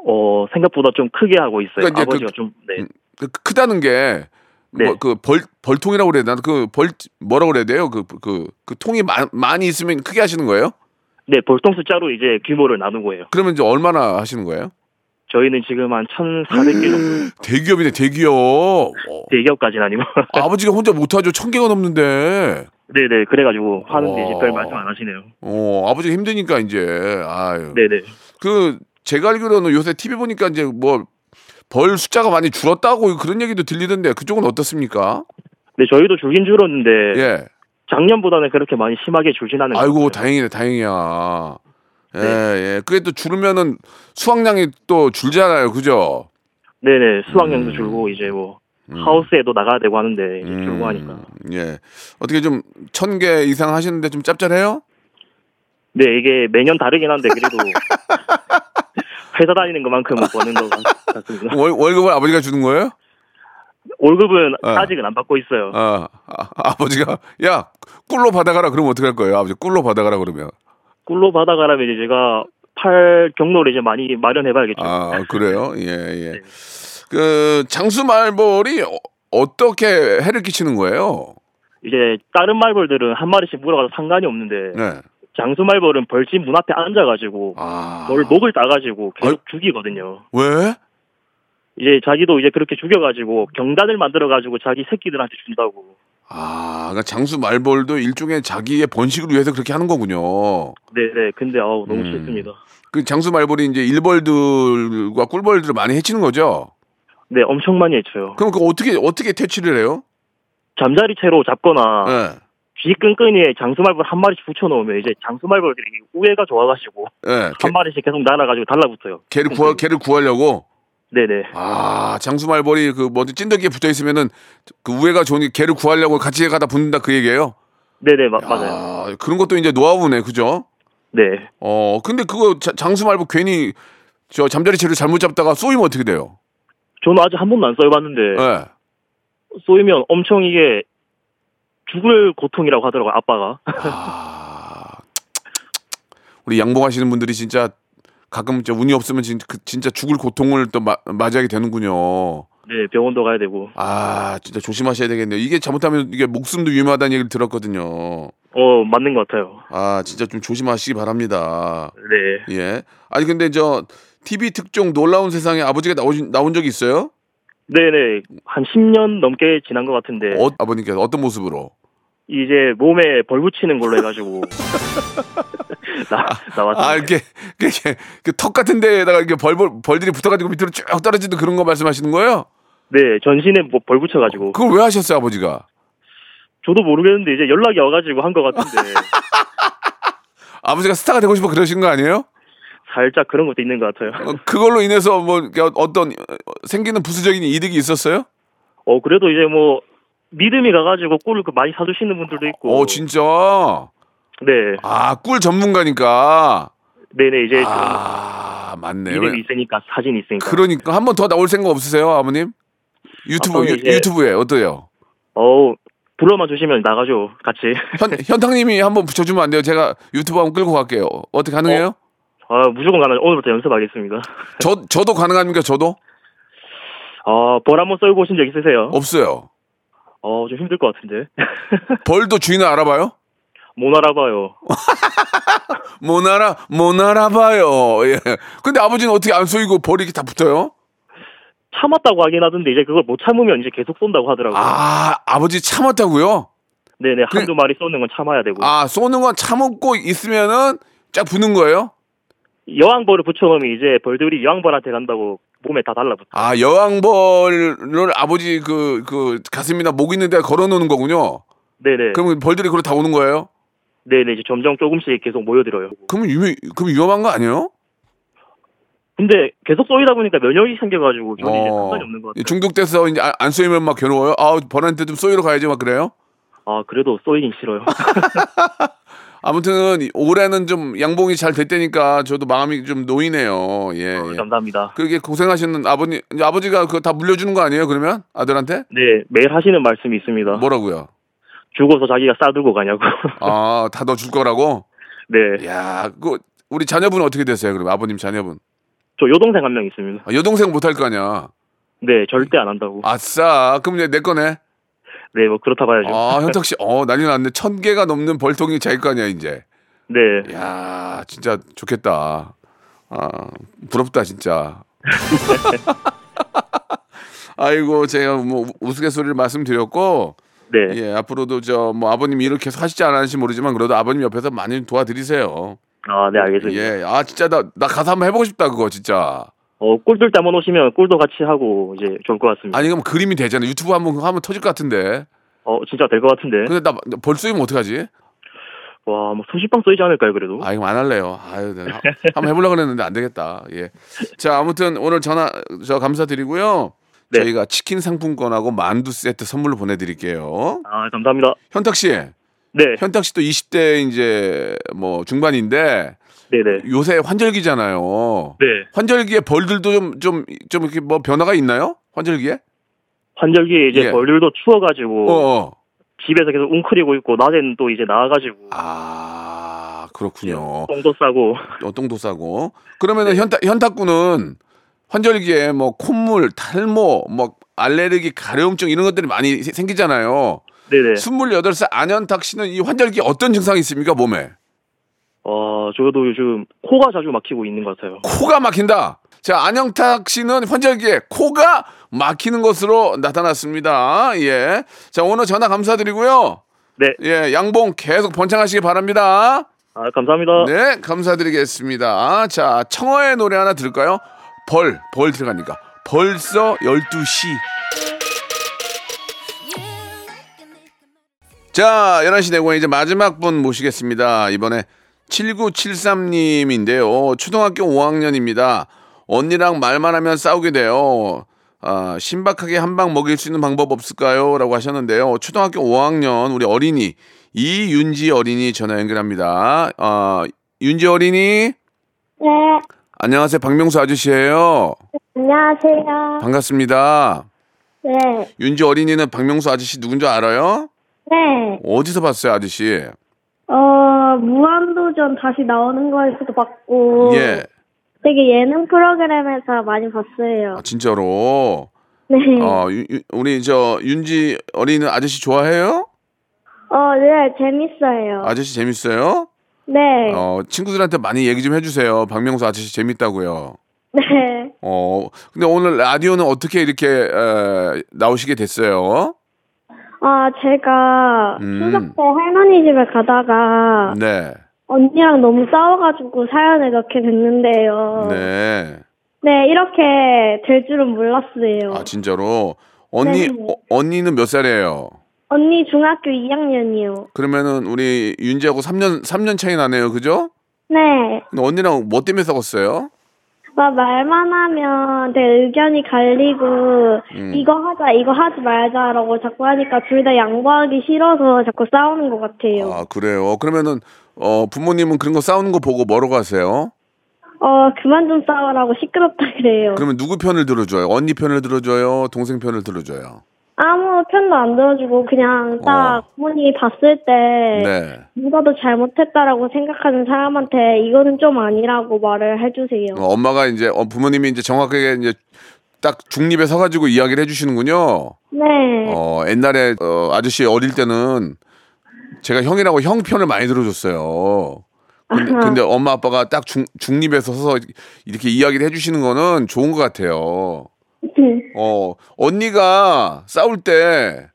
[SPEAKER 10] 어 생각보다 좀 크게 하고 있어요.
[SPEAKER 3] 그러니까 이제
[SPEAKER 10] 아버지가
[SPEAKER 3] 그-
[SPEAKER 10] 좀 네.
[SPEAKER 3] 음. 그 크다는 게
[SPEAKER 10] 네.
[SPEAKER 3] 뭐, 그, 벌, 벌통이라고 그래야 되나? 그, 벌, 뭐라고 그래야 돼요? 그, 그, 그 통이 많, 많이 있으면 크게 하시는 거예요?
[SPEAKER 10] 네 볼통수자로 이제 규모를 나누고 해요.
[SPEAKER 3] 그러면 이제 얼마나 하시는 거예요?
[SPEAKER 10] 저희는 지금 한 1,400개
[SPEAKER 3] 음.
[SPEAKER 10] 정도
[SPEAKER 3] 대기업이네, 대기업. 어,
[SPEAKER 10] 대기업까지는 아니고
[SPEAKER 3] 아버지가 혼자 못하죠. 천 개가 넘는데.
[SPEAKER 10] 네네 그래가지고 하는데
[SPEAKER 3] 와.
[SPEAKER 10] 이제 별 말씀 안 하시네요.
[SPEAKER 3] 어, 아버지가 힘드니까, 이제. 아유.
[SPEAKER 10] 네네.
[SPEAKER 3] 그, 제가 알기로는 요새 TV 보니까 이제 뭐, 벌 숫자가 많이 줄었다고 그런 얘기도 들리던데, 그쪽은 어떻습니까?
[SPEAKER 10] 네 저희도 줄긴 줄었는데
[SPEAKER 3] 예.
[SPEAKER 10] 작년보다는 그렇게 많이 심하게 줄진 않은 것
[SPEAKER 3] 아이고
[SPEAKER 10] 같아요.
[SPEAKER 3] 다행이네 다행이야. 예,
[SPEAKER 10] 네.
[SPEAKER 3] 예. 그게 또 줄으면은 수확량이 또 줄잖아요. 그죠?
[SPEAKER 10] 네네 수학량도 줄고 이제 뭐 하우스에도 나가야 되고 하는데 이제
[SPEAKER 3] 음,
[SPEAKER 10] 줄고 하니까
[SPEAKER 3] 예. 어떻게 좀 천 개 이상 하시는데 좀 짭짤해요?
[SPEAKER 10] 네 이게 매년 다르긴 한데 그래도 회사 다니는 것만큼 버는 것 같- 같습니다
[SPEAKER 3] 월, 월급을 아버지가 주는 거예요?
[SPEAKER 10] 월급은
[SPEAKER 3] 어.
[SPEAKER 10] 아직은 안 받고 있어요
[SPEAKER 3] 아, 아, 아버지가 야, 꿀로 받아가라 그러면 어떻게 할 거예요? 아버지 꿀로 받아가라 그러면.
[SPEAKER 10] 꿀로 받아가라면 이제 제가 팔 경로를 이제 많이 마련해 봐야겠죠
[SPEAKER 3] 아, 그래요? 예, 예. 그 장수 말벌이 어, 어떻게 해를 끼치는 거예요?
[SPEAKER 10] 이제 다른 말벌들은 한 마리씩 물어가서 상관이 없는데
[SPEAKER 3] 네.
[SPEAKER 10] 장수 말벌은 벌집 문 앞에 앉아가지고
[SPEAKER 3] 아.
[SPEAKER 10] 뭘 목을 따가지고 계속
[SPEAKER 3] 아유.
[SPEAKER 10] 죽이거든요.
[SPEAKER 3] 왜?
[SPEAKER 10] 이제 자기도 이제 그렇게 죽여가지고 경단을 만들어가지고 자기 새끼들한테 준다고.
[SPEAKER 3] 아, 그러니까 장수 말벌도 일종의 자기의 번식을 위해서 그렇게 하는 거군요.
[SPEAKER 10] 네네. 근데 아우 너무
[SPEAKER 3] 음.
[SPEAKER 10] 싫습니다.
[SPEAKER 3] 그 장수 말벌이 이제 일벌들과 꿀벌들을 많이 해치는 거죠.
[SPEAKER 10] 네, 엄청 많이 해쳐요.
[SPEAKER 3] 그럼 그 어떻게 어떻게 퇴치를 해요?
[SPEAKER 10] 잠자리 채로 잡거나
[SPEAKER 3] 예.
[SPEAKER 10] 귀 끈끈이에 장수말벌 한 마리씩 붙여놓으면 이제 장수말벌들이 우애가 좋아가지고
[SPEAKER 3] 예. 개,
[SPEAKER 10] 한 마리씩 계속 날아가지고 달라붙어요.
[SPEAKER 3] 개를 구하 개를 구하려고
[SPEAKER 10] 네네.
[SPEAKER 3] 아, 장수 말벌이 그 뭐지 찐득이에 붙어 있으면은 그 우애가 좋으니 개를 구하려고 같이 가다 붙는다 그 얘기예요.
[SPEAKER 10] 네네 마-
[SPEAKER 3] 야,
[SPEAKER 10] 맞아요.
[SPEAKER 3] 그런 것도 이제 노하우네. 그죠?
[SPEAKER 10] 네.
[SPEAKER 3] 어, 근데 그거 자- 장수 말벌 괜히 저 잠자리 채를 잘못 잡다가 쏘이면 어떻게 돼요?
[SPEAKER 10] 저는 아직 한 번도 안 써봤는데
[SPEAKER 3] 예.
[SPEAKER 10] 쏘이면 엄청 이게 죽을 고통이라고 하더라고요. 아빠가.
[SPEAKER 3] 아, 우리 양봉하시는 분들이 진짜 가끔 진짜 운이 없으면 진- 그- 진짜 죽을 고통을 또 마- 맞이하게 되는군요.
[SPEAKER 10] 네 병원도 가야 되고.
[SPEAKER 3] 아, 진짜 조심하셔야 되겠네요. 이게 잘못하면 이게 목숨도 위험하다는 얘기를 들었거든요.
[SPEAKER 10] 어 맞는 것 같아요.
[SPEAKER 3] 아, 진짜 좀 조심하시기 바랍니다.
[SPEAKER 10] 네.
[SPEAKER 3] 예. 아니 근데 저 TV 특종 놀라운 세상에 아버지가 나오신, 나온 적이 있어요?
[SPEAKER 10] 네네 한 10년 넘게 지난 것 같은데
[SPEAKER 3] 어, 아버님께서 어떤 모습으로?
[SPEAKER 10] 이제 몸에 벌 붙이는 걸로 해가지고 나 나왔어요.
[SPEAKER 3] 아, 이렇게 이렇게 이렇게 턱 같은 데에다가 이렇게 벌벌 벌들이 붙어가지고 밑으로 쭉 떨어지는 그런 거 말씀하시는 거예요?
[SPEAKER 10] 네 전신에 뭐 벌 붙여가지고
[SPEAKER 3] 그걸 왜 하셨어요, 아버지가?
[SPEAKER 10] 저도 모르겠는데 이제 연락이 와가지고 한 것 같은데
[SPEAKER 3] 아버지가 스타가 되고 싶어 그러신 거 아니에요?
[SPEAKER 10] 살짝 그런 것도 있는 것 같아요.
[SPEAKER 3] 어, 그걸로 인해서 뭐 이렇게 어- 어떤 어, 생기는 부수적인 이득이 있었어요?
[SPEAKER 10] 어 그래도 이제 뭐 믿음이 가가지고 꿀을 그 많이 사주시는 분들도 있고.
[SPEAKER 3] 어 진짜
[SPEAKER 10] 네,
[SPEAKER 3] 아 꿀 전문가니까
[SPEAKER 10] 네네 이제
[SPEAKER 3] 아
[SPEAKER 10] 좀
[SPEAKER 3] 맞네 요
[SPEAKER 10] 예, 그 믿음이 있으니까 사진 이 있으니까.
[SPEAKER 3] 그러니까 한 번 더 나올 생각 없으세요 아버님? 유튜브
[SPEAKER 10] 아빠는
[SPEAKER 3] 유,
[SPEAKER 10] 이제-
[SPEAKER 3] 유튜브에 어때요?
[SPEAKER 10] 어우 불러만 주시면 나가죠 같이.
[SPEAKER 3] 현 현탕님이 한번 붙여주면 안 돼요? 제가 유튜브 한번 끌고 갈게요. 어떻게 가능해요?
[SPEAKER 10] 아 무조건 가나 오늘부터 연습하겠습니다.
[SPEAKER 3] 저 저도 가능합니까? 저도
[SPEAKER 10] 아벌 한번 썰고 오신 적 있으세요?
[SPEAKER 3] 없어요.
[SPEAKER 10] 어 좀 힘들 것 같은데.
[SPEAKER 3] 벌도 주인을 알아봐요?
[SPEAKER 10] 못 알아봐요.
[SPEAKER 3] 못 알아 못 알아봐요. 예. 근데 아버지는 어떻게 안 쏘이고 벌이 이렇게 다 붙어요?
[SPEAKER 10] 참았다고 하긴 하던데 이제 그걸 못 참으면 이제 계속 쏜다고 하더라고요.
[SPEAKER 3] 아, 아버지 참았다고요?
[SPEAKER 10] 네네 한두 마리 쏘는 건 참아야 되고.
[SPEAKER 3] 아, 쏘는 건 참고 있으면은 쫙 부는 거예요?
[SPEAKER 10] 여왕벌을 붙여놓으면 이제 벌들이 여왕벌한테 간다고 몸에 다 달라붙어.
[SPEAKER 3] 아, 여왕벌을 아버지 그, 그, 가슴이나 목 있는 데 걸어 놓는 거군요?
[SPEAKER 10] 네네.
[SPEAKER 3] 그러면 벌들이 그걸로 다 오는 거예요?
[SPEAKER 10] 네네 이제 점점 조금씩 계속 모여들어요.
[SPEAKER 3] 그러면 유, 그럼 위험한 거 아니에요?
[SPEAKER 10] 근데 계속 쏘이다 보니까 면역이 생겨가지고 저는 이제
[SPEAKER 3] 어.
[SPEAKER 10] 상관이 없는 것 같아요.
[SPEAKER 3] 중독돼서 이제 아- 안 쏘이면 막 괴로워요? 아, 벌한테 좀 쏘이러 가야지 막 그래요?
[SPEAKER 10] 아 그래도 쏘이긴 싫어요.
[SPEAKER 3] 아, 아무튼 올해는 좀 양봉이 잘 될 때니까 저도 마음이 좀 놓이네요. 예. 예.
[SPEAKER 10] 어, 감사합니다.
[SPEAKER 3] 그게 고생하시는 아버님, 이제 아버지가 그거 다 물려주는 거 아니에요? 그러면 아들한테?
[SPEAKER 10] 네 매일 하시는 말씀이 있습니다.
[SPEAKER 3] 뭐라고요?
[SPEAKER 10] 죽어서 자기가 싸들고 가냐고.
[SPEAKER 3] 아, 다 너 줄 거라고?
[SPEAKER 10] 네.
[SPEAKER 3] 야, 그 우리 자녀분 어떻게 되세요? 그럼 아버님 자녀분.
[SPEAKER 10] 저 여동생 한 명 있습니다.
[SPEAKER 3] 아, 여동생 못할 거 아니야.
[SPEAKER 10] 네 절대 안 한다고.
[SPEAKER 3] 아싸. 그럼 이제 내 거네.
[SPEAKER 10] 네 뭐 그렇다 봐야죠.
[SPEAKER 3] 아, 현탁 씨. 어, 난리 났네. 천 개가 넘는 벌통이 자기 거 아니야, 이제.
[SPEAKER 10] 네.
[SPEAKER 3] 야, 진짜 좋겠다. 아, 부럽다, 진짜. 아이고, 제가 뭐 우- 우스갯소리를 말씀드렸고
[SPEAKER 10] 네.
[SPEAKER 3] 예, 앞으로도 저 뭐 아버님 일을 계속 하시지 않을지 모르지만 그래도 아버님 옆에서 많이 도와드리세요.
[SPEAKER 10] 아 네 알겠습니다.
[SPEAKER 3] 예. 아, 진짜 나 나 가서 한번 해 보고 싶다, 그거 진짜.
[SPEAKER 10] 어 꿀들 담아 놓으시면 꿀도 같이 하고 이제 좋을 것 같습니다.
[SPEAKER 3] 아니 그럼 그림이 되잖아 유튜브 한번 하면 터질 것 같은데
[SPEAKER 10] 어 진짜 될 것 같은데.
[SPEAKER 3] 근데 나 벌 쏘이면 어떡하지
[SPEAKER 10] 와, 뭐 수십방 쏘이지 않을까요, 그래도?
[SPEAKER 3] 그 아 이거 안 할래요 아유 내가 하- 한번 해보려고 그랬는데 안 되겠다 예자 아무튼 오늘 전화 저 감사드리고요
[SPEAKER 10] 네.
[SPEAKER 3] 저희가 치킨 상품권하고 만두 세트 선물로 보내드릴게요
[SPEAKER 10] 아, 감사합니다.
[SPEAKER 3] 현탁 씨
[SPEAKER 10] 네,
[SPEAKER 3] 현탁 씨도 20대 이제 뭐 중반인데
[SPEAKER 10] 네네.
[SPEAKER 3] 요새 환절기잖아요
[SPEAKER 10] 네,
[SPEAKER 3] 환절기에 벌들도 좀 좀 좀 이렇게 뭐 변화가 있나요 환절기에
[SPEAKER 10] 환절기에 이제
[SPEAKER 3] 예.
[SPEAKER 10] 벌들도 추워가지고
[SPEAKER 3] 어어
[SPEAKER 10] 집에서 계속 웅크리고 있고 낮에는 또 이제 나와가지고
[SPEAKER 3] 아 그렇군요
[SPEAKER 10] 똥도 싸고
[SPEAKER 3] 어, 똥도 싸고. 그러면은
[SPEAKER 10] 네.
[SPEAKER 3] 현타, 현타꾼은 환절기에 뭐 콧물, 탈모, 뭐 알레르기, 가려움증 이런 것들이 많이 세- 생기잖아요.
[SPEAKER 10] 네네.
[SPEAKER 3] 28살 안현탁 씨는 이 환절기 어떤 증상이 있습니까, 몸에?
[SPEAKER 10] 어, 저도 요즘 코가 자주 막히고 있는 것 같아요.
[SPEAKER 3] 코가 막힌다. 자, 안영탁 씨는 환절기에 코가 막히는 것으로 나타났습니다. 예. 자, 오늘 전화 감사드리고요.
[SPEAKER 10] 네.
[SPEAKER 3] 예, 양봉 계속 번창하시기 바랍니다.
[SPEAKER 10] 아, 감사합니다.
[SPEAKER 3] 네, 감사드리겠습니다. 아, 자, 청어의 노래 하나 들을까요? 벌, 벌 들어가니까. 벌써 12시. 자, 11시 내공에 이제 마지막 분 모시겠습니다. 이번에 7973님인데요. 초등학교 5학년입니다. 언니랑 말만 하면 싸우게 돼요. 아, 신박하게 한 방 먹일 수 있는 방법 없을까요? 라고 하셨는데요. 초등학교 5학년 우리 어린이, 이윤지 어린이 전화 연결합니다. 아, 윤지 어린이,
[SPEAKER 7] 네,
[SPEAKER 3] 안녕하세요. 박명수 아저씨예요.
[SPEAKER 7] 안녕하세요.
[SPEAKER 3] 반갑습니다.
[SPEAKER 7] 네,
[SPEAKER 3] 윤지 어린이는 박명수 아저씨 누군 줄 알아요?
[SPEAKER 7] 네.
[SPEAKER 3] 어디서 봤어요, 아저씨?
[SPEAKER 7] 어, 무한도전 다시 나오는 거에서도 봤고,
[SPEAKER 3] 예.
[SPEAKER 7] 되게 예능 프로그램에서 많이 봤어요.
[SPEAKER 3] 아, 진짜로.
[SPEAKER 7] 네. 어,
[SPEAKER 3] 어, 유- 유- 우리 저 윤지 어린이는 아저씨 좋아해요?
[SPEAKER 7] 네, 재밌어요.
[SPEAKER 3] 아저씨 재밌어요?
[SPEAKER 7] 네,
[SPEAKER 3] 어, 친구들한테 많이 얘기 좀 해주세요. 박명수 아저씨 재밌다고요.
[SPEAKER 7] 네.
[SPEAKER 3] 어, 근데 오늘 라디오는 어떻게 이렇게 에, 나오시게 됐어요?
[SPEAKER 7] 아, 제가
[SPEAKER 3] 음.
[SPEAKER 7] 추석 때 할머니 집에 가다가
[SPEAKER 3] 네,
[SPEAKER 7] 언니랑 너무 싸워가지고 사연을 넣게 됐는데요.
[SPEAKER 3] 네.
[SPEAKER 7] 네, 이렇게 될 줄은 몰랐어요.
[SPEAKER 3] 아 진짜로 언니
[SPEAKER 7] 네.
[SPEAKER 3] 어, 언니는 몇 살이에요?
[SPEAKER 7] 언니 중학교 2학년이요.
[SPEAKER 3] 그러면은 우리 윤지하고 3년 3년 차이 나네요, 그죠?
[SPEAKER 7] 네.
[SPEAKER 3] 근데 언니랑 뭐 때문에 싸웠어요?
[SPEAKER 7] 막 말만 하면 내 의견이 갈리고
[SPEAKER 3] 음.
[SPEAKER 7] 이거 하자 이거 하지 말자라고 자꾸 하니까 둘 다 양보하기 싫어서 자꾸 싸우는 것 같아요.
[SPEAKER 3] 아 그래요. 그러면은 어 부모님은 그런 거 싸우는 거 보고 뭐라고 하세요?
[SPEAKER 7] 어 그만 좀 싸우라고 시끄럽다 그래요.
[SPEAKER 3] 그러면 누구 편을 들어줘요? 언니 편을 들어줘요? 동생 편을 들어줘요?
[SPEAKER 7] 아무 편도 안 들어주고 그냥 딱
[SPEAKER 3] 어.
[SPEAKER 7] 부모님이 봤을 때
[SPEAKER 3] 네.
[SPEAKER 7] 누가 더 잘못했다라고 생각하는 사람한테 이거는 좀 아니라고 말을 해주세요.
[SPEAKER 3] 어, 엄마가 이제 어, 부모님이 이제 정확하게 이제 딱 중립에 서가지고 이야기를 해주시는군요.
[SPEAKER 7] 네.
[SPEAKER 3] 어 옛날에 어, 아저씨 어릴 때는 제가 형이라고 형 편을 많이 들어줬어요. 근데,
[SPEAKER 7] 아하.
[SPEAKER 3] 근데 엄마 아빠가 딱 중, 중립에서 서서 이렇게 이야기를 해주시는 거는 좋은 것 같아요.
[SPEAKER 7] 네.
[SPEAKER 3] 어 언니가 싸울 때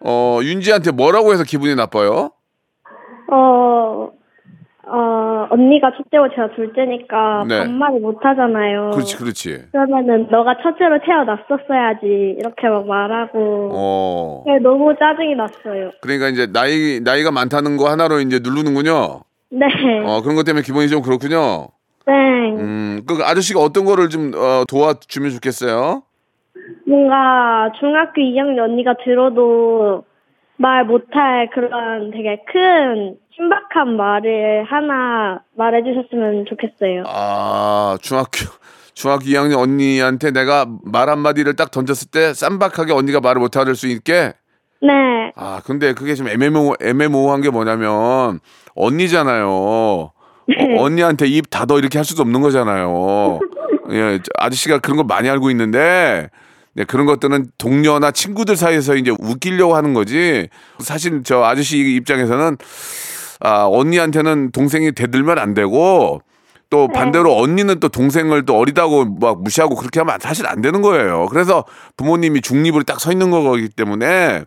[SPEAKER 3] 어, 윤지한테 뭐라고 해서 기분이 나빠요?
[SPEAKER 7] 어, 어, 언니가 첫째고 제가 둘째니까
[SPEAKER 3] 네.
[SPEAKER 7] 반말을 못 하잖아요.
[SPEAKER 3] 그렇지 그렇지.
[SPEAKER 7] 그러면은 너가 첫째로 태어났었어야지 이렇게 막 말하고
[SPEAKER 3] 어
[SPEAKER 7] 네, 너무 짜증이 났어요.
[SPEAKER 3] 그러니까 이제 나이 나이가 많다는 거 하나로 이제 누르는군요.
[SPEAKER 7] 네,
[SPEAKER 3] 어 그런 것 때문에 기분이 좀 그렇군요.
[SPEAKER 7] 네,
[SPEAKER 3] 음그 아저씨가 어떤 거를 좀 어, 도와주면 좋겠어요.
[SPEAKER 7] 뭔가 중학교 2학년 언니가 들어도 말 못할 그런 되게 큰 신박한 말을 하나 말해주셨으면 좋겠어요.
[SPEAKER 3] 아 중학교 중학교 2학년 언니한테 내가 말 한마디를 딱 던졌을 때 쌈박하게 언니가 말을 못할 수 있게
[SPEAKER 7] 네,
[SPEAKER 3] 아 근데 그게 좀 애매모 애매모호한 게 뭐냐면 언니잖아요 어, 언니한테 입 닫어 이렇게 할 수도 없는 거잖아요 예 저 아저씨가 그런 거 많이 알고 있는데 네, 그런 것들은 동료나 친구들 사이에서 이제 웃기려고 하는 거지 사실 저 아저씨 입장에서는 아 언니한테는 동생이 대들면 안 되고 또 반대로 언니는 또 동생을 또 어리다고 막 무시하고 그렇게 하면 사실 안 되는 거예요. 그래서 부모님이 중립으로 딱 서 있는 거기 때문에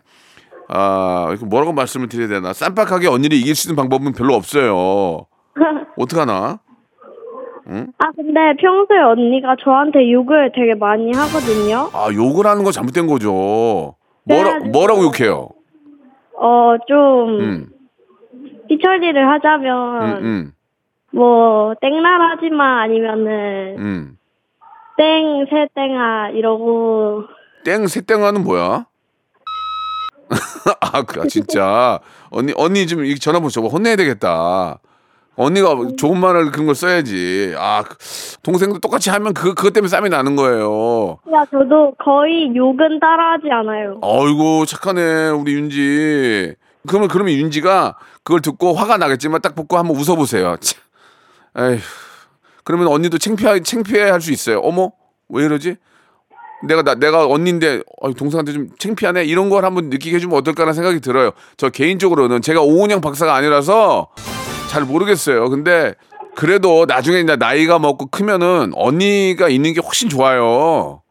[SPEAKER 3] 아 이거 뭐라고 말씀을 드려야 되나 쌈박하게 언니를 이길 수 있는 방법은 별로 없어요. 어떡하나?
[SPEAKER 7] 아 근데 평소에 언니가 저한테 욕을 되게 많이 하거든요.
[SPEAKER 3] 아 욕을 하는 건 잘못된 거죠. 뭐라
[SPEAKER 7] 그래가지고-
[SPEAKER 3] 뭐라고 욕해요?
[SPEAKER 7] 어좀
[SPEAKER 3] 음,
[SPEAKER 7] 피처리를
[SPEAKER 3] 음,
[SPEAKER 7] 하자면
[SPEAKER 3] 음,
[SPEAKER 7] 뭐 땡나라지마 아니면은
[SPEAKER 3] 음.
[SPEAKER 7] 땡 새땡아 이러고
[SPEAKER 3] 땡 새땡하는 뭐야? 아, 그래 진짜 언니 언니 지금 이 전화번호 저거 혼내야 되겠다. 언니가 좋은 말을 그런 걸 써야지. 아 그- 동생도 똑같이 하면 그 그것 때문에 쌈이 나는 거예요.
[SPEAKER 7] 야 저도 거의 욕은 따라하지 않아요.
[SPEAKER 3] 아이고 착하네 우리 윤지. 그러면 그러면 윤지가 그걸 듣고 화가 나겠지만 딱 보고 한번 웃어보세요. 참. 에휴. 그러면 언니도 창피해 창피해 할 수 있어요. 어머 왜 이러지? 내가 나 내가 언니인데 어이, 동생한테 좀 창피하네 이런 걸 한번 느끼게 해주면 어떨까라는 생각이 들어요. 저 개인적으로는 제가 오은영 박사가 아니라서 잘 모르겠어요. 근데 그래도 나중에 이제 나이가 먹고 크면은 언니가 있는 게 훨씬 좋아요.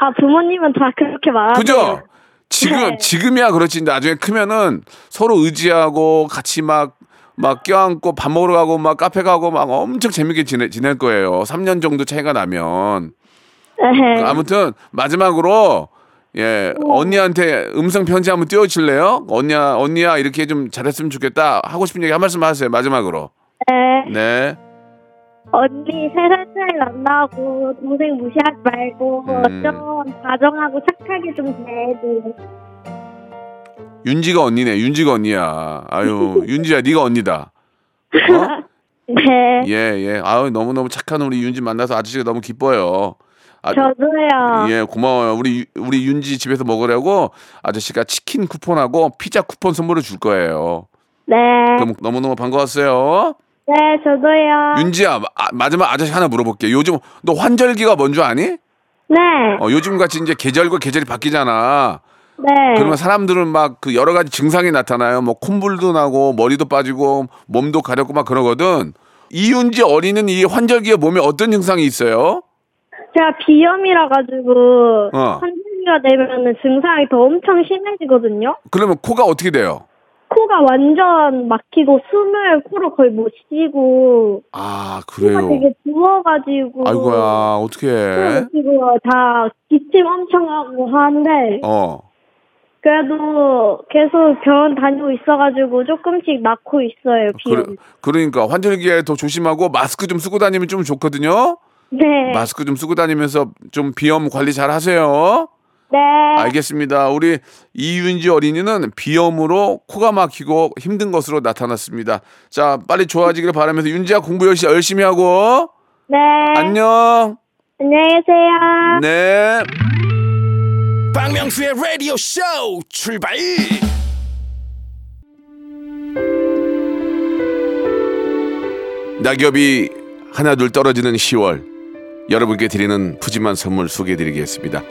[SPEAKER 7] 아 부모님은 다 그렇게 말하세요.
[SPEAKER 3] 그죠? 지금
[SPEAKER 7] 아, 네.
[SPEAKER 3] 지금이야 그렇지 나중에 크면은 서로 의지하고 같이 막 막 껴안고 밥 먹으러 가고 막 카페 가고 막 엄청 재밌게 지내, 지낼 거예요. 3년 정도 차이가 나면 그
[SPEAKER 7] 네. 음.
[SPEAKER 3] 아무튼 마지막으로 예 언니한테 음성 편지 한번 띄워줄래요? 언니야 언니야 이렇게 좀 잘했으면 좋겠다 하고 싶은 얘기 한 말씀 하세요 마지막으로
[SPEAKER 7] 네.
[SPEAKER 3] 네
[SPEAKER 7] 언니 세 살 차이 난다고 동생 무시하지 말고
[SPEAKER 3] 음.
[SPEAKER 7] 좀 다정하고 착하게 좀 대해줘.
[SPEAKER 3] 윤지가 언니네 윤지가 언니야 아유 윤지야 네가 언니다 어?
[SPEAKER 7] 네.
[SPEAKER 3] 예, 예. 아유, 너무너무 착한 우리 윤지 만나서 아저씨가 너무 기뻐요. 아,
[SPEAKER 7] 저도요.
[SPEAKER 3] 예, 고마워요. 우리, 유- 우리 윤지 집에서 먹으려고 아저씨가 치킨 쿠폰하고 피자 쿠폰 선물을 줄 거예요.
[SPEAKER 7] 네.
[SPEAKER 3] 그럼 너무너무 반가웠어요.
[SPEAKER 7] 네, 저도요.
[SPEAKER 3] 윤지야, 마- 아, 마지막 아저씨 하나 물어볼게. 요즘, 너 환절기가 뭔 줄 아니?
[SPEAKER 7] 네.
[SPEAKER 3] 어, 요즘 같이 이제 계절과 계절이 바뀌잖아.
[SPEAKER 7] 네.
[SPEAKER 3] 그러면 사람들은 막 그 여러 가지 증상이 나타나요. 뭐 콧물도 나고 머리도 빠지고 몸도 가렵고 막 그러거든. 이윤지 어린이는 이 환절기에 몸에 어떤 증상이 있어요?
[SPEAKER 7] 제가 비염이라 가지고
[SPEAKER 3] 어.
[SPEAKER 7] 환절기가 되면은 증상이 더 엄청 심해지거든요.
[SPEAKER 3] 그러면 코가 어떻게 돼요?
[SPEAKER 7] 코가 완전 막히고 숨을 코로 거의 못 쉬고
[SPEAKER 3] 아
[SPEAKER 7] 코가
[SPEAKER 3] 그래요.
[SPEAKER 7] 되게 부어가지고
[SPEAKER 3] 아이고야 어떻게
[SPEAKER 7] 숨을
[SPEAKER 3] 해?
[SPEAKER 7] 못 쉬고 다 기침 엄청 하고 하는데
[SPEAKER 3] 어.
[SPEAKER 7] 그래도 계속 병원 다니고 있어가지고 조금씩 낳고 있어요 비염.
[SPEAKER 3] 아, 그러, 그러니까 환절기에 더 조심하고 마스크 좀 쓰고 다니면 좀 좋거든요.
[SPEAKER 7] 네.
[SPEAKER 3] 마스크 좀 쓰고 다니면서 좀 비염 관리 잘 하세요.
[SPEAKER 7] 네.
[SPEAKER 3] 알겠습니다. 우리 이윤지 어린이는 비염으로 코가 막히고 힘든 것으로 나타났습니다. 자, 빨리 좋아지기를 바라면서 윤지야 공부 열심히, 열심히 하고
[SPEAKER 7] 네.
[SPEAKER 3] 안녕.
[SPEAKER 7] 안녕히 계세요.
[SPEAKER 3] 네.
[SPEAKER 1] 박명수의 라디오 쇼 출발
[SPEAKER 3] 낙엽이 하나둘 떨어지는 10월 여러분께 드리는 푸짐한 선물 소개해드리겠습니다.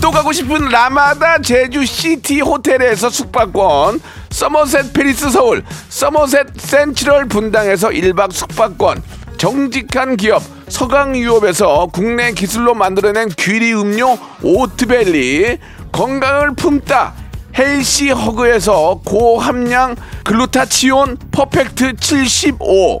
[SPEAKER 3] 또 가고 싶은 라마다 제주 시티 호텔에서 숙박권, 서머셋 페리스 서울, 서머셋 센트럴 분당에서 1박 숙박권, 정직한 기업 서강유업에서 국내 기술로 만들어낸 귀리 음료 오트벨리, 건강을 품다 헬시 허그에서 고함량 글루타치온 퍼펙트 75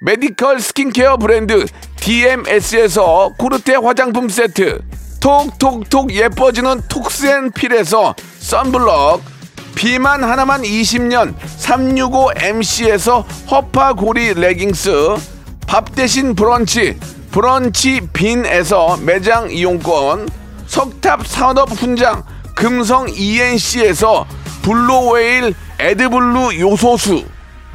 [SPEAKER 3] 메디컬 스킨케어 브랜드 DMS에서 코르테 화장품 세트 톡톡톡 예뻐지는 톡스앤필에서 썬블럭 비만 하나만 20년 365MC에서 허파고리 레깅스 밥 대신 브런치 브런치 빈에서 매장 이용권 석탑 산업 훈장 금성 ENC에서 블루웨일 에드블루 요소수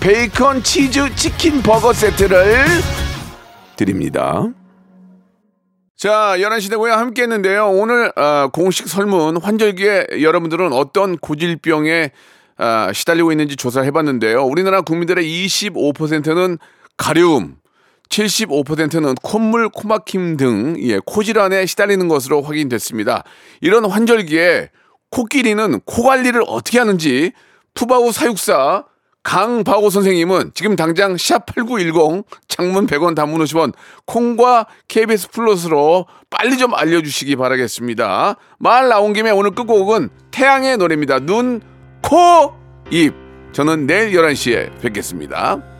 [SPEAKER 3] 베이컨 치즈 치킨 버거 세트를 드립니다. 자, 11시 되고요. 함께 했는데요. 오늘 어, 공식 설문 환절기에 여러분들은 어떤 고질병에 아, 시달리고 있는지 조사를 해봤는데요. 우리나라 국민들의 25%는 가려움, 75%는 콧물, 코막힘 등 예, 코질환에 시달리는 것으로 확인됐습니다. 이런 환절기에 코끼리는 코 관리를 어떻게 하는지 푸바우 사육사 강바오 선생님은 지금 당장 샵8910 장문 100원 단문 50원 콩과 KBS 플러스로 빨리 좀 알려주시기 바라겠습니다. 말 나온 김에 오늘 끝곡은 태양의 노래입니다. 눈, 코, 입. 저는 내일 11시에 뵙겠습니다.